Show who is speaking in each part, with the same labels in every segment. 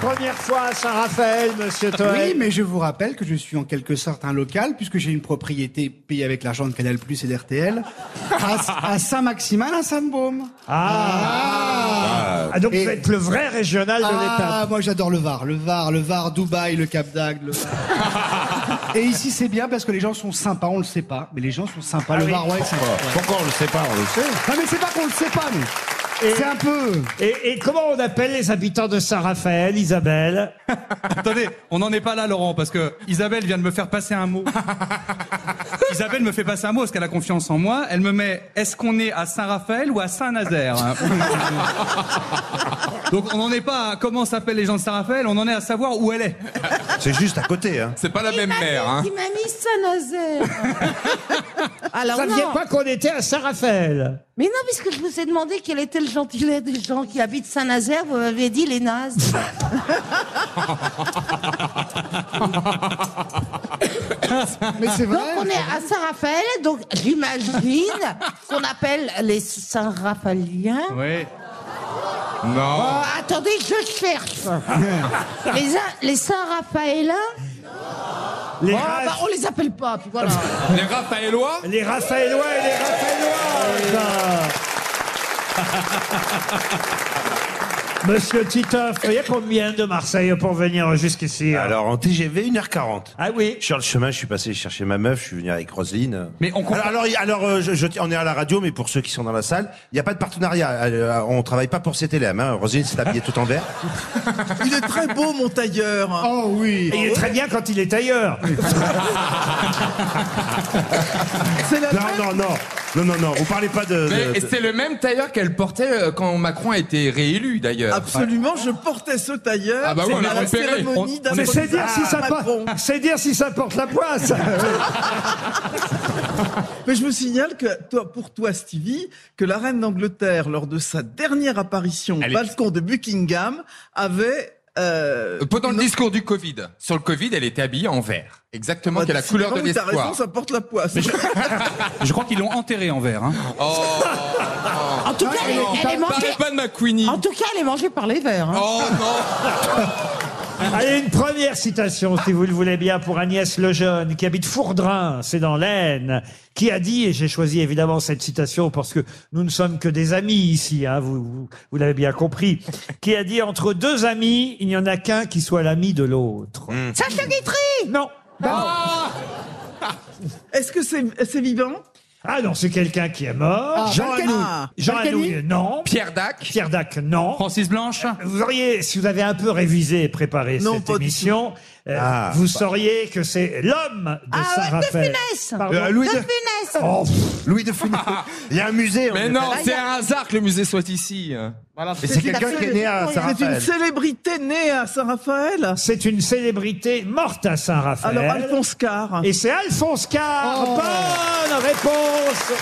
Speaker 1: première fois à Saint-Raphaël, monsieur Toël.
Speaker 2: Oui, mais je vous rappelle que je suis en quelque sorte un local, puisque j'ai une propriété payée avec l'argent de Canal Plus et d'RTL, à, à Saint-Maximin, à Sainte-Baume.
Speaker 1: Ah. Ah, donc vous
Speaker 2: Et-
Speaker 1: êtes le vrai régional de l'État.
Speaker 2: Ah, moi j'adore le Var, le Var, le Var, Dubaï, le Cap d'Agde. le Var. et ici c'est bien parce que les gens sont sympas, on le sait pas, mais les gens sont sympas. le
Speaker 1: oui.
Speaker 2: Var, ouais, c'est sympa.
Speaker 3: Pourquoi on le sait pas On le sait.
Speaker 2: Non mais c'est pas qu'on le sait pas, mais c'est un peu.
Speaker 1: Et, et comment on appelle les habitants de Saint-Raphaël, Isabelle
Speaker 4: Attendez, on n'en est pas là, Laurent, parce que Isabelle vient de me faire passer un mot. Isabelle me fait passer un mot parce qu'elle a confiance en moi. Elle me met est-ce qu'on est à Saint-Raphaël ou à Saint-Nazaire hein Donc on n'en est pas à comment s'appellent les gens de Saint-Raphaël, on en est à savoir où elle est.
Speaker 3: C'est juste à côté. Hein.
Speaker 5: C'est pas la
Speaker 6: Il
Speaker 5: même
Speaker 6: m'a mis-
Speaker 5: mère, hein.
Speaker 6: Il m'a mis Saint-Nazaire. Alors
Speaker 1: Vous ne
Speaker 6: non.
Speaker 1: saviez pas qu'on était à Saint-Raphaël
Speaker 6: Mais non, puisque je vous ai demandé quel était le gentilé des gens qui habitent Saint-Nazaire, vous m'avez dit les nazes.
Speaker 2: Mais c'est vrai.
Speaker 6: Donc on est à Saint-Raphaël, donc j'imagine qu'on appelle les Saint-Raphaéliens.
Speaker 4: Oui.
Speaker 6: Oh,
Speaker 5: Non.
Speaker 6: attendez, je cherche. les A- les Saint-Raphaéliens,
Speaker 1: les,
Speaker 6: oh,
Speaker 1: Ra-
Speaker 6: bah, on les appelle pas, puis voilà.
Speaker 5: Les Raphaélois
Speaker 1: les Raphaélois et les Raphaélois Monsieur Titoff, vous voyez combien de Marseille pour venir jusqu'ici hein
Speaker 3: Alors en TGV 1h40.
Speaker 1: Ah oui
Speaker 3: Sur le chemin, je suis passé chercher ma meuf, je suis venu avec Roselyne.
Speaker 4: Mais on comprend-
Speaker 3: alors, alors, alors, euh, je- je- on est à la radio, mais pour ceux qui sont dans la salle, il n'y a pas de partenariat. Euh, On travaille pas pour CTLM. Hein. Roselyne s'est habillée tout en vert.
Speaker 7: Il est très beau, mon tailleur.
Speaker 2: Oh oui.
Speaker 1: Et il est très bien quand il est ailleurs.
Speaker 7: C'est la
Speaker 3: Non, non, non, non, non, non. Vous parlez pas de. de-
Speaker 5: Mais
Speaker 3: de-
Speaker 5: c'est le même tailleur qu'elle portait euh, quand Macron a été réélu, d'ailleurs.
Speaker 7: Absolument, je portais ce tailleur.
Speaker 5: Ah bah oui,
Speaker 7: C'est
Speaker 5: on l'a
Speaker 7: à la
Speaker 5: repéré.
Speaker 7: cérémonie
Speaker 1: Mais c'est dire, si ça
Speaker 7: d'apprentissage à
Speaker 1: porte-
Speaker 7: Macron.
Speaker 1: c'est dire si ça porte la poisse.
Speaker 7: Mais je vous signale que toi, pour toi, Stevie, que la reine d'Angleterre, lors de sa dernière apparition au
Speaker 5: Elle est-
Speaker 7: balcon de Buckingham, avait euh,
Speaker 5: Pendant le
Speaker 7: une-
Speaker 5: discours du Covid, sur le Covid, elle était habillée en vert. Exactement,
Speaker 7: Ah,
Speaker 5: qu'elle a la couleur de
Speaker 7: décidément, oui, T'as
Speaker 5: l'espoir.
Speaker 7: raison, ça porte la poisse.
Speaker 4: Je crois qu'ils l'ont enterré en vert. hein.
Speaker 5: Oh,
Speaker 6: En tout cas, elle, elle est
Speaker 5: parlez
Speaker 6: mangée.
Speaker 5: pas de McQueenie.
Speaker 6: En tout cas, elle est mangée par les vers. hein.
Speaker 5: Oh non
Speaker 1: Allez, une première citation, si vous le voulez bien, pour Agnès Lejeune, qui habite Fourdrin, c'est dans l'Aisne, qui a dit, et j'ai choisi évidemment cette citation parce que nous ne sommes que des amis ici, hein, vous, vous, vous l'avez bien compris, qui a dit, entre deux amis, il n'y en a qu'un qui soit l'ami de l'autre.
Speaker 6: Sacha Guitry
Speaker 1: Non
Speaker 7: Est-ce que c'est c'est vivant
Speaker 1: Ah non, c'est quelqu'un qui est mort.
Speaker 2: Jean
Speaker 7: Balkany.
Speaker 2: Anouilh.
Speaker 7: Ah,
Speaker 1: Jean
Speaker 2: Balkany
Speaker 1: Anouilh, non.
Speaker 5: Pierre Dac
Speaker 1: Pierre Dac, non.
Speaker 4: Francis Blanche
Speaker 1: Vous auriez, si vous avez un peu révisé et préparé
Speaker 7: Non,
Speaker 1: cette
Speaker 7: pas du
Speaker 1: émission, euh,
Speaker 3: Ah,
Speaker 8: bah.
Speaker 1: vous sauriez que c'est l'homme de
Speaker 6: Ah ouais, de
Speaker 1: Saint-Raphaël.
Speaker 6: Funès
Speaker 1: Pardon
Speaker 3: Euh, Louis
Speaker 6: De
Speaker 3: de,
Speaker 6: Funès
Speaker 1: Oh, pff,
Speaker 3: Louis de Funès. Il y a un musée. on
Speaker 5: Mais
Speaker 3: est-
Speaker 5: non, c'est un hasard que le musée soit ici.
Speaker 3: Mais c'est quelqu'un qui est né à
Speaker 7: C'est une
Speaker 3: Saint-Raphaël.
Speaker 7: célébrité née à Saint-Raphaël
Speaker 1: c'est une célébrité morte à Saint-Raphaël.
Speaker 7: Alors, Alphonse Oh. Carr.
Speaker 1: Et c'est Alphonse Carr. Bonne réponse.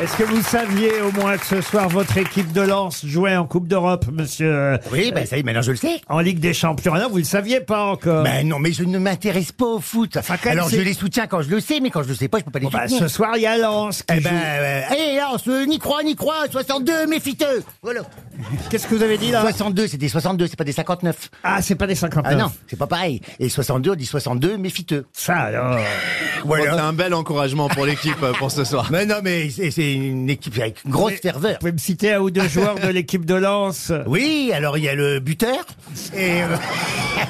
Speaker 1: Est-ce que vous saviez au moins que ce soir votre équipe de Lens jouait en Coupe d'Europe, monsieur, euh,
Speaker 8: Oui, ben ça y est, maintenant je le sais.
Speaker 1: en Ligue des Champions Ah Non, vous le saviez pas encore.
Speaker 8: Ben non, mais je ne m'intéresse pas au foot.
Speaker 1: quand même,
Speaker 8: Alors je
Speaker 1: c'est-
Speaker 8: les soutiens quand je le sais, mais quand je le sais pas, je peux pas les
Speaker 1: Bon, bah,
Speaker 8: soutenir.
Speaker 1: ce soir il y a Lens. qui
Speaker 8: Eh
Speaker 1: joue.
Speaker 8: ben, euh, eh, là, on se n'y croit, n'y croit, 62, méfiteux Voilà.
Speaker 1: Qu'est-ce que vous avez dit là
Speaker 8: 62, c'est des 62, c'est pas des 59.
Speaker 1: Ah, c'est pas des 59.
Speaker 8: Ah non, c'est pas pareil. Et 62, on dit 62, méfiteux.
Speaker 1: Ça alors.
Speaker 8: Voilà.
Speaker 9: un bel encouragement pour l'équipe euh, pour ce soir.
Speaker 8: Mais non, mais c'est c'est une équipe avec une grosse ferveur.
Speaker 1: Vous pouvez me citer un ou deux joueurs de l'équipe de Lens
Speaker 8: Oui, alors il y a le buteur et, euh,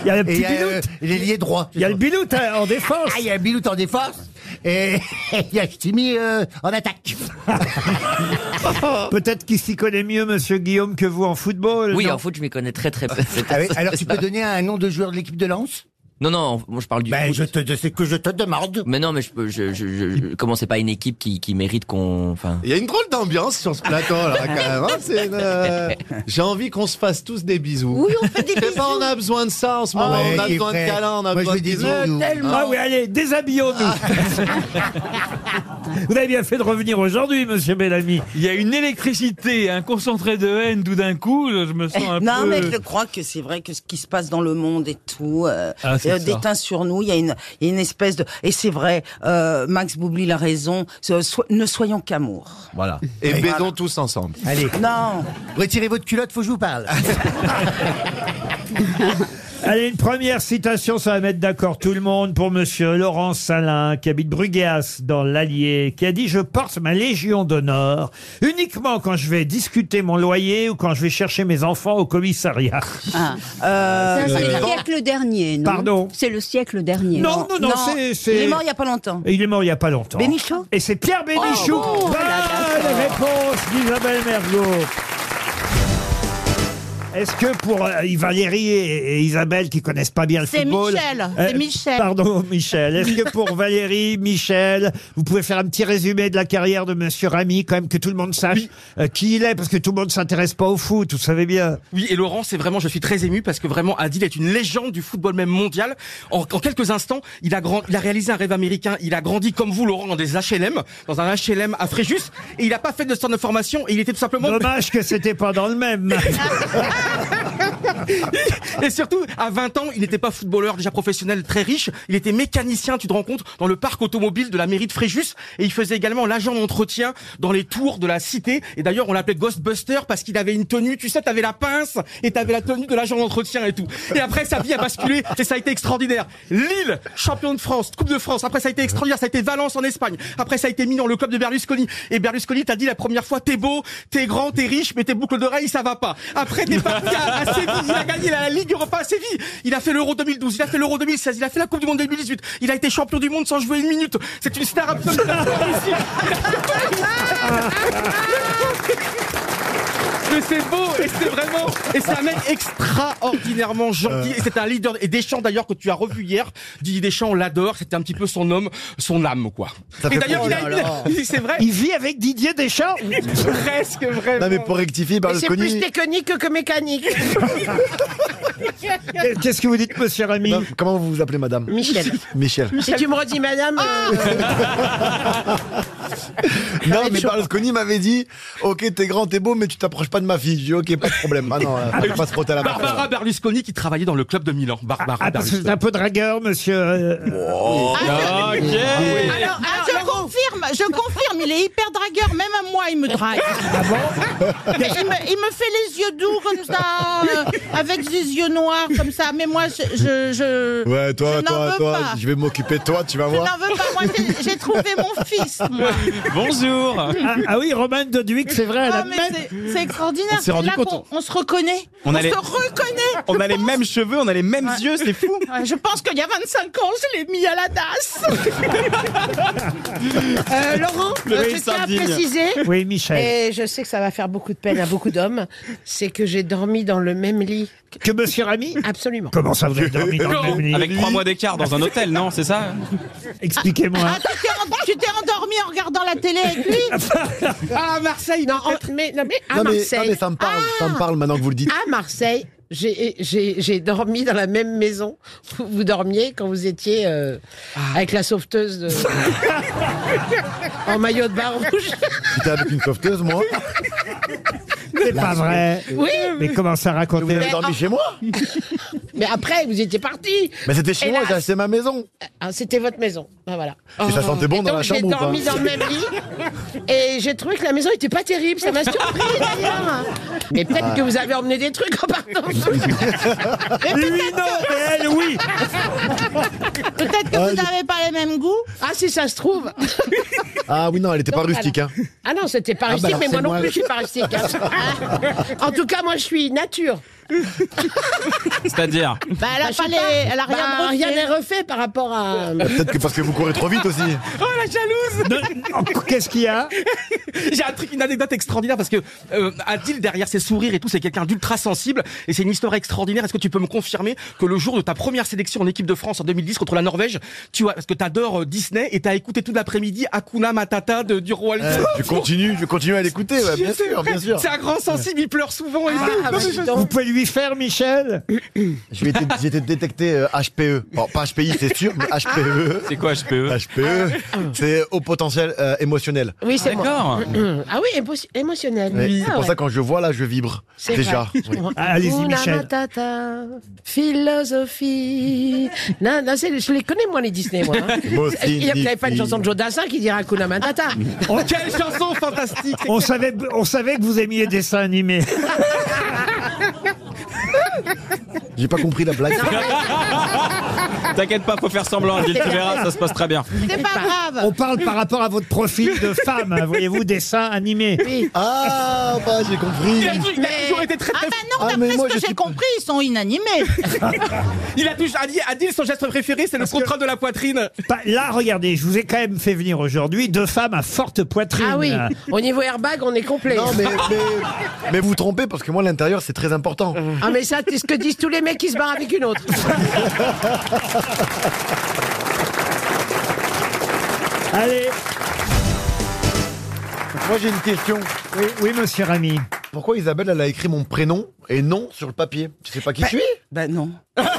Speaker 1: Il y a le
Speaker 8: et il
Speaker 1: petit
Speaker 8: y a
Speaker 1: Bilout.
Speaker 8: euh, les liés droits.
Speaker 1: Il y a le Bilout hein, en défense.
Speaker 8: Ah, il y a Bilout en défense et il y a Ch'timi euh, en attaque.
Speaker 1: Peut-être qu'il s'y connaît mieux, monsieur Guillaume, que vous en football.
Speaker 10: Oui,
Speaker 1: non
Speaker 10: en foot, je m'y connais très très peu. C'est-
Speaker 8: Ah oui, alors tu peux donner un nom de joueur de l'équipe de Lens
Speaker 10: Non, non, en- moi je parle du
Speaker 8: Ben
Speaker 10: foot.
Speaker 8: je te, de- c'est que je te demande.
Speaker 10: Mais non, mais je peux. Je, je, je, je- comment c'est pas une équipe qui, qui mérite qu'on. Enfin.
Speaker 9: Il y a une drôle d'ambiance sur ce plateau là quand même. hein, c'est une, euh, J'ai envie qu'on se fasse tous des bisous.
Speaker 6: Oui, on fait des
Speaker 9: Mais
Speaker 6: bisous.
Speaker 9: pas on a besoin de ça en ce moment.
Speaker 8: Ouais,
Speaker 9: on a
Speaker 8: il est
Speaker 9: besoin
Speaker 8: vrai.
Speaker 9: de câlins, on a
Speaker 8: Moi, je
Speaker 9: besoin
Speaker 8: veux
Speaker 9: de
Speaker 8: des
Speaker 9: bisous.
Speaker 8: bisous.
Speaker 1: Ah oui, allez, déshabillons-nous. Vous avez bien fait de revenir aujourd'hui, monsieur Bellamy.
Speaker 11: Il y a une électricité, un concentré de haine tout d'un coup, je me sens un
Speaker 6: non,
Speaker 11: peu...
Speaker 6: mais je crois que c'est vrai que ce qui se passe dans le monde et tout euh,
Speaker 11: Ah, c'est
Speaker 6: euh,
Speaker 11: ça.
Speaker 6: déteint sur nous. Il y a une, il y a une espèce de et c'est vrai. euh, Max Boublil a raison. so- so- ne soyons qu'amour.
Speaker 2: Voilà. Et
Speaker 6: Voilà.
Speaker 2: bédons tous ensemble.
Speaker 12: Allez.
Speaker 6: Non.
Speaker 12: Retirez votre culotte, faut que je vous parle.
Speaker 1: Allez, une première citation, ça va mettre d'accord tout le monde pour monsieur Laurent Salin, qui habite Bruguias dans l'Allier, qui a dit Je porte ma Légion d'honneur uniquement quand je vais discuter mon loyer ou quand je vais chercher mes enfants au commissariat.
Speaker 6: Euh,
Speaker 13: Ça, c'est le
Speaker 1: euh,
Speaker 13: siècle dernier, non
Speaker 1: Pardon
Speaker 13: C'est le siècle dernier.
Speaker 1: Non, non, non, c'est- c'est-
Speaker 6: Il est mort il y a pas longtemps.
Speaker 1: Et il est mort il n'y a pas longtemps.
Speaker 6: Bénichou
Speaker 1: Et c'est Pierre Bénichou.
Speaker 6: Oh, bon,
Speaker 1: Bonne
Speaker 6: voilà,
Speaker 1: réponse d'Isabelle Mergo. Est-ce que pour euh, Valérie et, et Isabelle qui connaissent pas bien le
Speaker 5: C'est
Speaker 1: football, euh,
Speaker 5: Michel, c'est Michel.
Speaker 1: Pardon, Michel. Est-ce que pour Valérie, Michel, vous pouvez faire un petit résumé de la carrière de Monsieur Ramy, quand même que tout le monde sache euh, qui il est, parce que tout le monde s'intéresse pas au foot, vous savez bien.
Speaker 14: Oui, et Laurent, c'est vraiment, je suis très ému parce que vraiment, Adil est une légende du football même mondial. En, en quelques instants, il a, grand- il a réalisé un rêve américain. Il a grandi comme vous, Laurent, dans des HLM, dans un HLM à Fréjus. Et il n'a pas fait de stand de formation. Et il était tout simplement.
Speaker 1: Dommage que c'était pas dans le même.
Speaker 14: et surtout, à 20 ans, il n'était pas footballeur déjà professionnel très riche. Il était mécanicien, tu te rends compte, dans le parc automobile de la mairie de Fréjus. Et il faisait également l'agent d'entretien dans les tours de la cité. Et d'ailleurs, on l'appelait Ghostbuster parce qu'il avait une tenue. Tu sais, t'avais la pince et t'avais la tenue de l'agent d'entretien et tout.
Speaker 6: Euh,
Speaker 14: Et après, sa vie a basculé et ça a été extraordinaire. Lille, champion de France, Coupe de France. Après, ça a été extraordinaire. Ça a été Valence en Espagne. Après, ça a été mis dans le club de Berlusconi. Et Berlusconi t'a dit la première fois, t'es beau, t'es grand, t'es riche, mais tes boucles d'oreilles, ça va pas. Après, t'es parti à, à Séville. Il a gagné la Ligue Europa à Séville. Il a fait l'Euro 2012. Il a fait l'Euro 2016. Il a fait la Coupe du Monde 2018. Il a été champion du monde sans jouer une minute. C'est une star absolue. Mais c'est beau et c'est vraiment et c'est un mec extraordinairement
Speaker 1: Euh.
Speaker 14: gentil et c'est un leader et Deschamps d'ailleurs que tu as revu hier Didier Deschamps on l'adore c'était un petit peu son homme son âme quoi
Speaker 2: Ça
Speaker 14: et
Speaker 2: fait
Speaker 14: d'ailleurs
Speaker 2: peur.
Speaker 14: il
Speaker 2: Oh là
Speaker 14: a
Speaker 2: là.
Speaker 14: une- c'est vrai
Speaker 1: il vit avec Didier Deschamps
Speaker 14: presque vraiment
Speaker 2: Non, mais pour rectifier,
Speaker 5: Mais c'est plus
Speaker 2: Berlusconi.
Speaker 5: technique que mécanique.
Speaker 1: Qu'est-ce que vous dites, monsieur Rami
Speaker 2: Comment vous vous appelez, madame
Speaker 5: Michel.
Speaker 2: Michel.
Speaker 5: Si tu me redis, madame.
Speaker 14: Ah,
Speaker 2: Non, mais Berlusconi m'avait dit Ok, t'es grand, t'es beau, mais tu t'approches pas de ma fille. J'ai dit Ok, pas de problème. Ah non, là, faut pas se
Speaker 5: euh,
Speaker 2: frotter à la barbe.
Speaker 14: Barbara Berlusconi qui travaillait dans le club de Milan Barbara
Speaker 1: Ah, parce que
Speaker 14: Berlusconi
Speaker 1: c'est un peu dragueur, monsieur. euh,
Speaker 2: Oh.
Speaker 14: Ah,
Speaker 1: oui.
Speaker 14: ok.
Speaker 1: Oui.
Speaker 5: Alors, ah, je confirme, je confirme, il est hyper dragueur, même à moi il me drague.
Speaker 1: Ah,
Speaker 5: Mais il, me, il me fait les yeux doux comme ça, euh, avec des yeux noirs comme ça, mais moi je. je, je
Speaker 2: Ouais, toi,
Speaker 5: je n'en
Speaker 2: toi,
Speaker 5: veux
Speaker 2: toi,
Speaker 5: pas.
Speaker 2: je vais m'occuper de toi, tu vas
Speaker 5: Je n'en
Speaker 2: voir.
Speaker 5: veux pas, moi j'ai- j'ai trouvé mon fils, moi.
Speaker 1: Bonjour. Ah, ah oui, Romane de Duic, c'est vrai, elle a
Speaker 5: Ah, mais
Speaker 1: même-
Speaker 5: c'est- C'est extraordinaire.
Speaker 1: On s'est rendu
Speaker 5: Là
Speaker 1: compte.
Speaker 5: qu'on- On, se reconnaît. On,
Speaker 1: On a les-
Speaker 5: se reconnaît.
Speaker 1: On a
Speaker 5: Je
Speaker 1: les
Speaker 5: pense-
Speaker 1: mêmes cheveux, on a les mêmes
Speaker 5: Ouais.
Speaker 1: yeux, c'est fou.
Speaker 5: Ouais, je pense qu'il y a 25 ans, je l'ai mis à la DAS. Euh, Laurent,
Speaker 1: Le
Speaker 5: euh,
Speaker 1: riz
Speaker 5: je tiens à
Speaker 1: sardine.
Speaker 5: préciser.
Speaker 1: Oui, Michel.
Speaker 5: Et je sais que ça va faire beaucoup de peine à beaucoup d'hommes. C'est que j'ai dormi dans le même lit.
Speaker 1: Que monsieur Rami
Speaker 5: Absolument.
Speaker 1: Comment ça, vous avez dormi dans le même lit
Speaker 11: Avec trois mois d'écart dans un hôtel, non C'est ça
Speaker 1: Expliquez-moi.
Speaker 5: Ah, tu t'es ren- tu t'es endormi en regardant la télé avec lui Ah, Marseille, non, en- mais, non, mais à
Speaker 2: Non, mais,
Speaker 5: Marseille. Ah,
Speaker 2: non, mais ça me parle, ça me parle maintenant que vous le dites.
Speaker 5: À Marseille, j'ai- j'ai j'ai dormi dans la même maison où vous dormiez quand vous étiez euh,
Speaker 2: Ah.
Speaker 5: avec la sauveteuse de- en maillot de bain rouge.
Speaker 2: J'étais avec une sauveteuse, moi.
Speaker 1: C'est pas vrai.
Speaker 5: Oui.
Speaker 1: Mais comment ça raconter
Speaker 2: Vous avez dormi chez moi
Speaker 5: Mais après, vous étiez parti.
Speaker 2: Mais c'était chez moi, c'est ma maison.
Speaker 5: Ah, c'était votre maison. Ah, voilà.
Speaker 2: Et ça sentait bon
Speaker 5: Et
Speaker 2: dans
Speaker 5: donc,
Speaker 2: la chambre ou
Speaker 5: J'ai
Speaker 2: pas
Speaker 5: dormi dans le même lit et j'ai trouvé que la maison était pas terrible. Ça m'a surpris d'ailleurs. Mais peut-être
Speaker 2: Ah.
Speaker 5: que vous avez emmené des trucs en partant.
Speaker 1: Lui non, mais elle oui.
Speaker 5: Peut-être que vous n'avez pas les mêmes goûts. Ah si ça se trouve.
Speaker 2: Ah oui, non, elle était pas
Speaker 5: Donc,
Speaker 2: rustique, hein.
Speaker 5: Ah non, c'était pas
Speaker 2: Ah, bah
Speaker 5: rustique,
Speaker 2: alors,
Speaker 5: mais
Speaker 2: c'est
Speaker 5: moi non
Speaker 2: moi,
Speaker 5: plus
Speaker 2: le-
Speaker 5: je suis pas rustique. hein. en tout cas, moi je suis nature.
Speaker 11: C'est-à-dire
Speaker 5: Bah, elle a, pas les... elle a
Speaker 6: Bah,
Speaker 5: rien, refait. par rapport à.
Speaker 2: Peut-être que parce que vous courez trop vite aussi.
Speaker 14: Oh la jalouse
Speaker 1: Qu'est-ce qu'il y a
Speaker 14: J'ai un truc, une anecdote extraordinaire parce que euh, Adil derrière ses sourires et tout, c'est quelqu'un d'ultra sensible et c'est une histoire extraordinaire. Est-ce que tu peux me confirmer que le jour de ta première sélection en équipe de France en 2010 contre la Norvège, tu as parce que t'adores euh, Disney et t'as écouté tout l'après-midi Akuna Matata de, du roi Lion.
Speaker 2: Euh, tu continues, tu continues à l'écouter, ouais, bien
Speaker 14: C'est-
Speaker 2: sûr, bien sûr.
Speaker 14: C'est un grand sensible, il pleure souvent. et
Speaker 15: Ah,
Speaker 14: tout.
Speaker 15: bah,
Speaker 14: Non, mais je-
Speaker 1: Vous pouvez lui faire, Michel
Speaker 2: J'ai été, j'ai été détecté euh, HPE. Bon, pas HPI, c'est sûr, mais E. HPE.
Speaker 16: C'est quoi E HPE
Speaker 15: Ah
Speaker 2: HPE, E, c'est au potentiel euh, émotionnel.
Speaker 15: Oui, c'est moi.
Speaker 2: D'accord.
Speaker 15: Ah oui, émo- émotionnel.
Speaker 2: Ouais,
Speaker 15: Ah
Speaker 2: c'est pour
Speaker 15: ouais.
Speaker 2: ça quand je vois là, je vibre.
Speaker 15: C'est
Speaker 2: Déjà.
Speaker 15: vrai.
Speaker 2: Oui.
Speaker 1: Ah,
Speaker 15: Hakuna Matata, philosophie. Non, non, c'est- je les connais, moi, les Disney, moi. hein.
Speaker 2: Moi aussi,
Speaker 15: Il n'y a peut-être pas une
Speaker 2: Nicky.
Speaker 15: chanson de Joe Dassin qui dira Hakuna Matata.
Speaker 14: Oh, Quelle chanson fantastique
Speaker 16: Oh,
Speaker 1: on savait, on savait que vous aimiez dessins animés.
Speaker 2: J'ai pas compris la blague.
Speaker 16: T'inquiète pas, faut faire semblant, Adil, tu verras, ça se passe très bien.
Speaker 5: C'est
Speaker 6: Bah,
Speaker 5: pas grave.
Speaker 1: On parle par rapport à votre profil de femme, hein, voyez-vous, dessin animé.
Speaker 2: Ah, bah j'ai compris.
Speaker 14: Il a toujours été très,
Speaker 5: Ah
Speaker 14: très
Speaker 5: bah non,
Speaker 2: Ah, mais
Speaker 5: d'après
Speaker 2: moi,
Speaker 5: ce
Speaker 2: je
Speaker 5: que j'ai
Speaker 2: suis-
Speaker 5: compris, ils sont inanimés.
Speaker 14: Il a toujours Adil, Adil, son geste préféré, c'est le contrôle de la poitrine.
Speaker 1: Pas- Là, regardez, je vous ai quand même fait venir aujourd'hui deux femmes à forte poitrine.
Speaker 15: Ah oui, au niveau airbag, on est complet.
Speaker 2: Non, mais, mais, mais vous vous trompez parce que moi, l'intérieur, c'est très important.
Speaker 15: Ah mais ça, c'est ce que disent tous les mecs qui se barrent avec une autre.
Speaker 1: Allez,
Speaker 2: Moi, j'ai une question.
Speaker 1: oui, oui, monsieur Rami.
Speaker 2: Pourquoi Isabelle, elle a écrit mon prénom et nom sur le papier Tu sais pas
Speaker 15: Bah,
Speaker 2: qui je suis
Speaker 6: Ben non.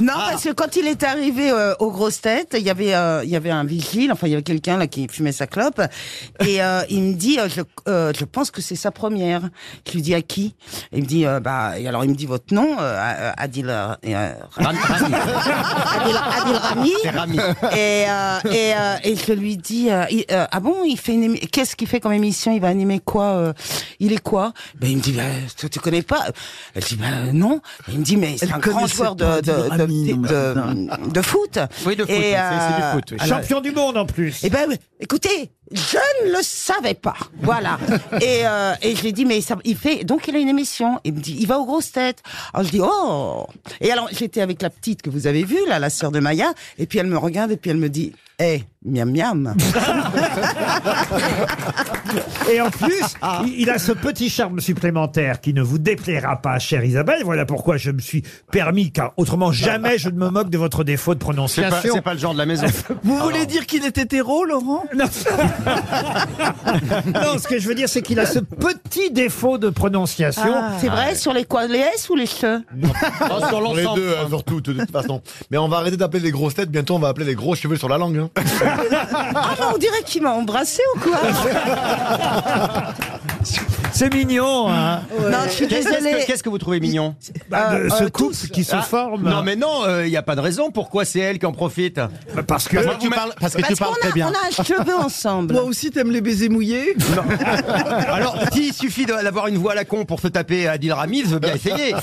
Speaker 6: Non, Ah. parce que quand il est arrivé euh, aux grosses têtes, il y avait euh, il y avait un vigile, enfin il y avait quelqu'un là qui fumait sa clope, et euh, il me dit, euh, je, euh, je pense que c'est sa première. Je lui dis à qui Il me dit, euh, bah et alors il me dit votre nom, euh, à- à- Adil, euh, et, euh, Adil, Adil Rami.
Speaker 15: C'est Rami.
Speaker 6: Et, euh, et, euh, et je lui dis, euh, il- euh, ah bon, il fait une émi- qu'est-ce qu'il fait comme émission Il va animer quoi euh, Il est quoi Ben il me dit, bah, tu, tu connais pas Elle dit, ben non. Il me dit, mais c'est
Speaker 7: Elle
Speaker 6: un grand
Speaker 7: connaissait
Speaker 6: joueur
Speaker 7: pas
Speaker 6: de, de,
Speaker 7: Adil
Speaker 6: de, euh,
Speaker 7: Rami, non, mais
Speaker 6: de- de foot.
Speaker 7: Oui, de foot,
Speaker 6: Et,
Speaker 7: oui, c'est- c'est du
Speaker 6: euh,
Speaker 7: foot, oui.
Speaker 8: Ah,
Speaker 6: alors-
Speaker 1: Champion du monde en plus.
Speaker 6: Eh ben, écoutez, je ne le savais pas. Voilà. et, euh, et je lui ai dit, mais ça, il fait, donc il a une émission. Il me dit, il va aux grosses têtes. Alors je dis, oh. Et alors, j'étais avec la petite que vous avez vue, là, la sœur de Maya. Et puis elle me regarde et puis elle me dit, hé, miam miam.
Speaker 1: Et en plus,
Speaker 8: Ah.
Speaker 1: il- il a ce petit charme supplémentaire qui ne vous déplaira pas, chère Isabelle. Voilà pourquoi je me suis permis, car autrement jamais je ne me moque de votre défaut
Speaker 8: C'est
Speaker 1: de
Speaker 8: pas,
Speaker 1: prononciation.
Speaker 8: c'est pas le genre de la maison.
Speaker 7: Vous voulez dire qu'il est hétéro, Laurent
Speaker 1: Non, ce que je veux dire, c'est qu'il a ce petit défaut de prononciation.
Speaker 6: Ah, c'est vrai, sur les quoi, les S ou les che
Speaker 2: Sur les deux, hein, surtout, de toute façon. Mais on va arrêter d'appeler les grosses têtes, bientôt on va appeler les gros cheveux sur la langue. hein.
Speaker 6: Ah, mais on dirait qu'il m'a embrassé ou quoi
Speaker 1: C'est mignon, hein
Speaker 6: Non, je suis
Speaker 8: Qu'est-ce- qu'est-ce que-
Speaker 6: désolée.
Speaker 8: Qu'est-ce que vous trouvez mignon
Speaker 1: Bah, de- ce couple qui se
Speaker 8: Ah,
Speaker 6: bah,
Speaker 1: forme.
Speaker 8: Non, mais non, euh, il n'y a pas de raison. Pourquoi c'est elle qui en profite
Speaker 1: parce que-
Speaker 8: tu parles, parce que tu parles
Speaker 6: qu'on
Speaker 8: très
Speaker 6: a-
Speaker 8: bien.
Speaker 6: On a un cheveu ensemble.
Speaker 7: Toi aussi, t'aimes les baisers mouillés
Speaker 8: Alors, s'il suffit de- d'avoir une voix à la con pour se taper Adil Rami, je veux bien essayer.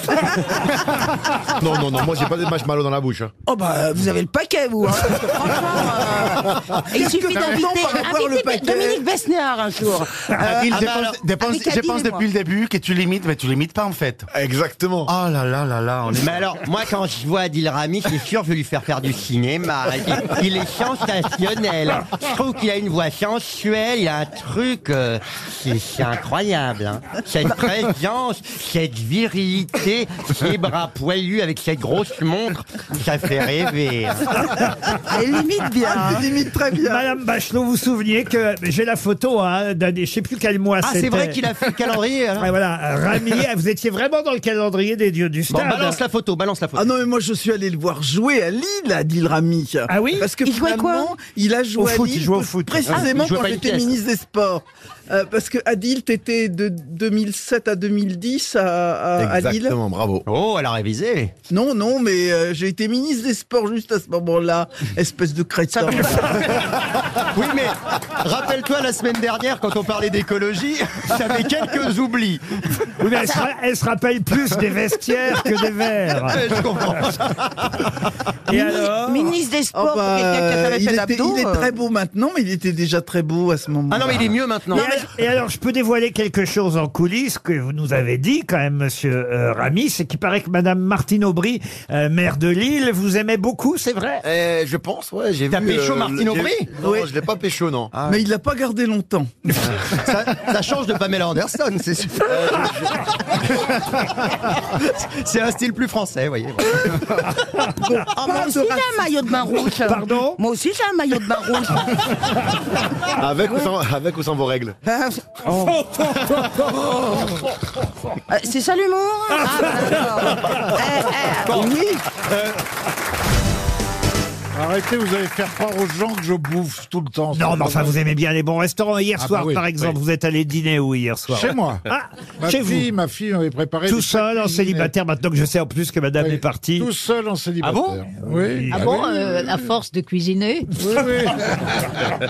Speaker 2: Non, non, non, moi j'ai pas des marshmallows dans la bouche. hein.
Speaker 6: Oh bah, vous avez le paquet, vous. Hein, parce que franchement, euh, il
Speaker 7: Qu'est-ce que
Speaker 6: suffit d'inviter
Speaker 7: maintenant, par rapport au
Speaker 6: inviter
Speaker 7: paquet
Speaker 6: Dominique Besnéard un jour. Euh,
Speaker 17: Adil,
Speaker 6: ah bah
Speaker 17: dépense,
Speaker 6: alors,
Speaker 17: dépense-
Speaker 6: avec Adil
Speaker 17: dépense
Speaker 6: et moi.
Speaker 17: depuis le début que tu limites, mais tu limites pas en fait.
Speaker 2: Exactement.
Speaker 17: Oh là là là là, on est
Speaker 8: Mais alors, moi, quand je vois Adil Rami, c'est sûr, je vais lui faire faire du cinéma. Il, il est sensationnel. Je trouve qu'il a une voix sensuelle, il a un truc. euh, c'est c'est incroyable. hein. Cette présence, cette virilité, ces bras poilus avec cette grosse montre, ça fait rêver. hein.
Speaker 6: Elle limite bien. hein.
Speaker 7: Ah, Limite très bien. Bah,
Speaker 1: Madame Bachelot, vous vous souveniez que j'ai la photo hein, d'un des- je sais plus quel mois
Speaker 8: Ah,
Speaker 1: c'était.
Speaker 8: c'est vrai qu'il a fait le calendrier. hein. alors
Speaker 1: Ouais, voilà, Rami, vous étiez vraiment dans le calendrier des dieux du
Speaker 8: Bon,
Speaker 1: stade.
Speaker 8: balance la photo, balance la photo.
Speaker 7: Ah non, mais moi je suis allé le voir jouer à Lille, Adil Rami.
Speaker 1: Ah oui
Speaker 7: Parce que
Speaker 6: Il jouait quoi
Speaker 7: finalement, il a joué
Speaker 1: Au
Speaker 7: à
Speaker 1: foot, il
Speaker 7: Lille
Speaker 1: jouait au foot.
Speaker 7: précisément
Speaker 8: Il jouait
Speaker 7: quand
Speaker 8: pas une
Speaker 7: j'étais
Speaker 8: pièce.
Speaker 7: ministre des Sports. Euh, parce que Adil, t'étais de 2007 à 2010 à, à, à Lille.
Speaker 2: Exactement, bravo.
Speaker 8: Oh, elle a révisé.
Speaker 7: Non, non, mais euh, j'ai été ministre des Sports juste à ce moment-là. Espèce de crétin.
Speaker 8: Oui, mais rappelle-toi la semaine dernière quand on parlait d'écologie, j'avais quelques oublis.
Speaker 1: Oui, mais elle, se, ra- elle se rappelle plus des vestiaires que des verres.
Speaker 8: Euh, Je comprends.
Speaker 1: Et alors
Speaker 6: Ministre des
Speaker 7: Oh
Speaker 6: Sports
Speaker 7: bah,
Speaker 6: pour quelqu'un qui a fait
Speaker 7: il,
Speaker 6: fait
Speaker 7: était-
Speaker 6: d'abdos,
Speaker 7: il est
Speaker 6: euh,
Speaker 7: très beau maintenant, mais il était déjà très beau à ce moment-là.
Speaker 8: Ah non, mais il est mieux
Speaker 1: Et,
Speaker 8: maintenant.
Speaker 1: alors, et alors, je peux dévoiler quelque chose en coulisses que vous nous avez dit quand même, monsieur euh, Rami, c'est qu'il paraît que madame Martine Aubry, euh, maire de Lille, vous aimait beaucoup, c'est vrai
Speaker 2: Eh, je pense, ouais, j'ai vu. euh,
Speaker 8: T'as pécho
Speaker 2: le-
Speaker 8: Martine
Speaker 2: j'ai-
Speaker 8: Aubry
Speaker 2: Non,
Speaker 7: Oui.
Speaker 2: je l'ai pas pécho, non.
Speaker 1: Ah.
Speaker 7: Mais il l'a pas gardé longtemps.
Speaker 8: Ça, ça change de Pamela Anderson, c'est sûr. C'est un style plus français, vous voyez. voilà.
Speaker 6: Oh, moi aussi, j'ai un maillot de bain rouge.
Speaker 1: Pardon
Speaker 6: Moi aussi, j'ai un maillot de bain rouge.
Speaker 2: Avec ou sans, avec ou sans vos règles
Speaker 6: Euh, euh, C'est ça l'humour Ah, bah, d'accord. Eh, eh, oui.
Speaker 1: Arrêtez, vous allez faire croire aux gens que je bouffe tout le temps. Non, mais enfin, vous aimez bien les bons restaurants. Hier
Speaker 18: Ah,
Speaker 1: soir,
Speaker 18: bah oui,
Speaker 1: par exemple,
Speaker 18: oui.
Speaker 1: vous êtes allé dîner où hier soir
Speaker 18: Chez moi.
Speaker 1: Ah,
Speaker 18: ma
Speaker 1: chez
Speaker 18: fille,
Speaker 1: vous.
Speaker 18: Ma fille, on avait préparé.
Speaker 1: Tout
Speaker 18: des
Speaker 1: seul, en
Speaker 18: châtaigniers.
Speaker 1: célibataire, maintenant que je sais en plus que madame est partie.
Speaker 18: Tout seul en célibataire. Oui.
Speaker 19: Ah bon, euh, à force de cuisiner
Speaker 18: Oui, oui.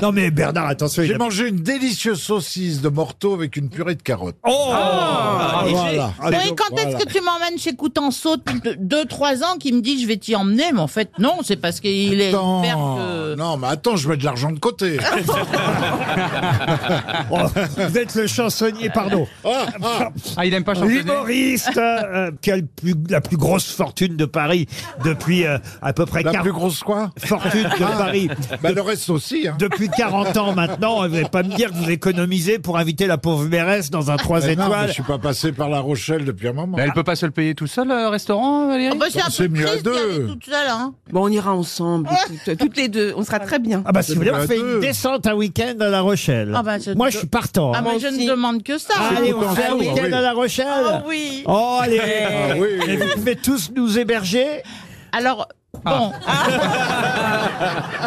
Speaker 1: Non mais Bernard, attention.
Speaker 18: J'ai
Speaker 1: a-
Speaker 18: mangé une délicieuse saucisse de morteau avec une purée de carottes.
Speaker 1: Oh
Speaker 18: Ah, voilà.
Speaker 5: Oui, quand est-ce
Speaker 18: Voilà.
Speaker 5: que tu m'emmènes chez Coutenceau depuis 2-3 ans qui me dit je vais t'y emmener Mais en fait, non, c'est parce qu'il est
Speaker 18: Attends.
Speaker 5: vert
Speaker 18: Non, mais attends, je mets de l'argent de côté. Ah,
Speaker 1: Oh, vous êtes le chansonnier, pardon.
Speaker 4: Ah, il aime pas chanter.
Speaker 1: L'humoriste euh, qui a le plus- la plus grosse fortune de Paris depuis euh, à peu près
Speaker 18: La
Speaker 1: 40
Speaker 18: plus grosse quoi
Speaker 1: Fortune de
Speaker 18: Ah.
Speaker 1: Paris.
Speaker 18: Bah,
Speaker 1: De-
Speaker 18: le reste aussi. hein.
Speaker 1: Depuis 40 ans maintenant, vous n'allez pas me dire que vous économisez pour inviter la pauvre mairesse dans un 3
Speaker 18: Mais Eh non, mais
Speaker 1: étoiles.
Speaker 18: je suis pas passé par La Rochelle depuis un moment.
Speaker 4: Mais elle peut pas se le payer tout seul, le restaurant, Valérie
Speaker 5: bah, c'est un
Speaker 18: C'est
Speaker 5: peu
Speaker 18: mieux à
Speaker 5: triste d'y aller
Speaker 18: deux.
Speaker 5: toute seule, hein.
Speaker 6: Bon, on ira ensemble, toutes, toutes les deux. On sera très bien.
Speaker 1: Ah bah si vous voulez,
Speaker 18: Ah,
Speaker 1: on fait
Speaker 18: deux.
Speaker 1: une descente un week-end à La Rochelle.
Speaker 5: Ah bah, je-
Speaker 1: Moi, je suis partant.
Speaker 5: Ah,
Speaker 1: hein.
Speaker 5: mais je ne demande que ça.
Speaker 1: Allez, on fait un
Speaker 18: Coutenceau,
Speaker 1: week-end
Speaker 18: Ah oui.
Speaker 1: à La Rochelle.
Speaker 5: Ah oui.
Speaker 1: Oh, allez.
Speaker 18: Ah oui.
Speaker 1: Et vous pouvez tous nous héberger.
Speaker 5: Alors,
Speaker 19: Ah.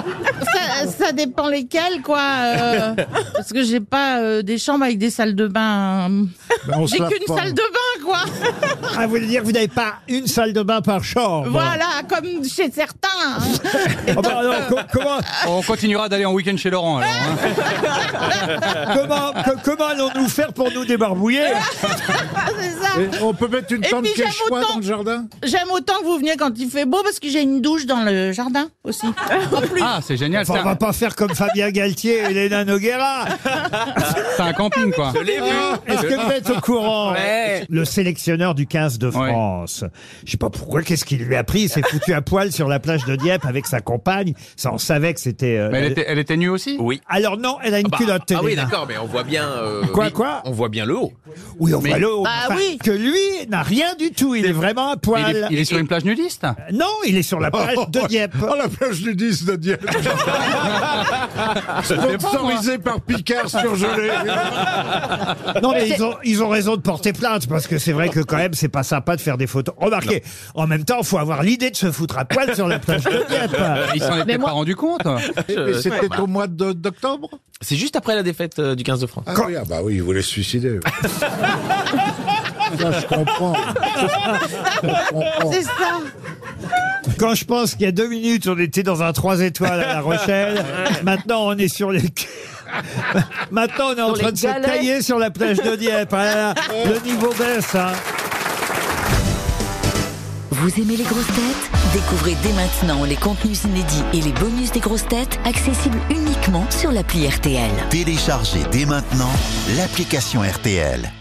Speaker 5: bon. ça, ça dépend lesquels, quoi. euh, parce que j'ai pas euh, des chambres avec des salles de bain. euh,
Speaker 18: Ben, on se
Speaker 5: J'ai
Speaker 18: lave
Speaker 5: qu'une
Speaker 18: pas.
Speaker 5: salle de bain, quoi.
Speaker 1: Ah, vous voulez dire que vous n'avez pas une salle de bain par chambre
Speaker 5: Voilà, comme chez certains. hein.
Speaker 1: Oh bah non, co- comment,
Speaker 4: On continuera d'aller en week-end chez Laurent, alors. hein.
Speaker 1: comment, que- comment allons-nous faire pour nous débarbouiller
Speaker 5: C'est ça.
Speaker 18: Et on peut mettre une
Speaker 5: Et
Speaker 18: tente
Speaker 5: puis, j'aime
Speaker 18: quechua
Speaker 5: autant-
Speaker 18: dans le jardin
Speaker 5: J'aime autant que vous veniez quand il fait beau parce que j'ai une douche dans le jardin aussi. En plus.
Speaker 4: Ah, c'est génial.
Speaker 1: Enfin,
Speaker 4: c'est
Speaker 1: on va
Speaker 4: un-
Speaker 1: pas faire comme Fabien Galtier et Elena Noguera.
Speaker 4: C'est un camping, quoi.
Speaker 1: Est-ce que vous êtes au courant
Speaker 16: Ouais.
Speaker 1: Le sélectionneur du 15 de France. Je sais pas pourquoi, qu'est-ce qu'il lui a pris Il s'est foutu à poil sur la plage de Dieppe avec sa compagne. Ça, on savait que c'était. euh,
Speaker 4: Mais elle était, elle était nue aussi
Speaker 16: Oui.
Speaker 1: Alors non, elle a une
Speaker 16: Bah,
Speaker 1: culotte.
Speaker 16: ah oui,
Speaker 1: Elena.
Speaker 16: d'accord, mais on voit bien. euh,
Speaker 1: Quoi,
Speaker 16: oui,
Speaker 1: quoi
Speaker 16: On voit bien le haut.
Speaker 1: Oui, on
Speaker 16: Mais-
Speaker 1: voit le haut.
Speaker 5: Bah
Speaker 1: Enfin,
Speaker 5: oui.
Speaker 1: Que lui n'a rien du tout. Il est vraiment à
Speaker 4: Mais
Speaker 1: poil.
Speaker 4: Il est, il est sur une plage nudiste
Speaker 1: Non, il est sur la plage de Dieppe.
Speaker 18: Oh, la plage du 10 de Dieppe Sponsorisé par Picard surgelé
Speaker 1: Non, mais ils ont, ils ont raison de porter plainte parce que c'est vrai que quand même, c'est pas sympa de faire des photos. Remarquez, en même temps, faut avoir l'idée de se foutre à poil sur la plage de Dieppe.
Speaker 4: Il s'en
Speaker 15: Mais
Speaker 4: était
Speaker 15: moi-
Speaker 4: pas rendu compte
Speaker 18: Et c'était au mois de- d'octobre
Speaker 16: C'est juste après la défaite euh, du 15 de France.
Speaker 18: ah, oui, ah bah oui, il voulait se suicider. Ça, je comprends.
Speaker 5: C'est ça.
Speaker 1: Quand je pense qu'il y a deux minutes, on était dans un 3 étoiles à La Rochelle. Maintenant, on est sur les... Maintenant, on est en
Speaker 15: Sur
Speaker 1: train
Speaker 15: les
Speaker 1: de
Speaker 15: galets.
Speaker 1: se tailler sur la plage de Dieppe. Ah là là, le niveau baisse, hein.
Speaker 20: Vous aimez les grosses têtes Découvrez dès maintenant les contenus inédits et les bonus des grosses têtes accessibles uniquement sur l'appli RTL.
Speaker 21: Téléchargez dès maintenant l'application RTL.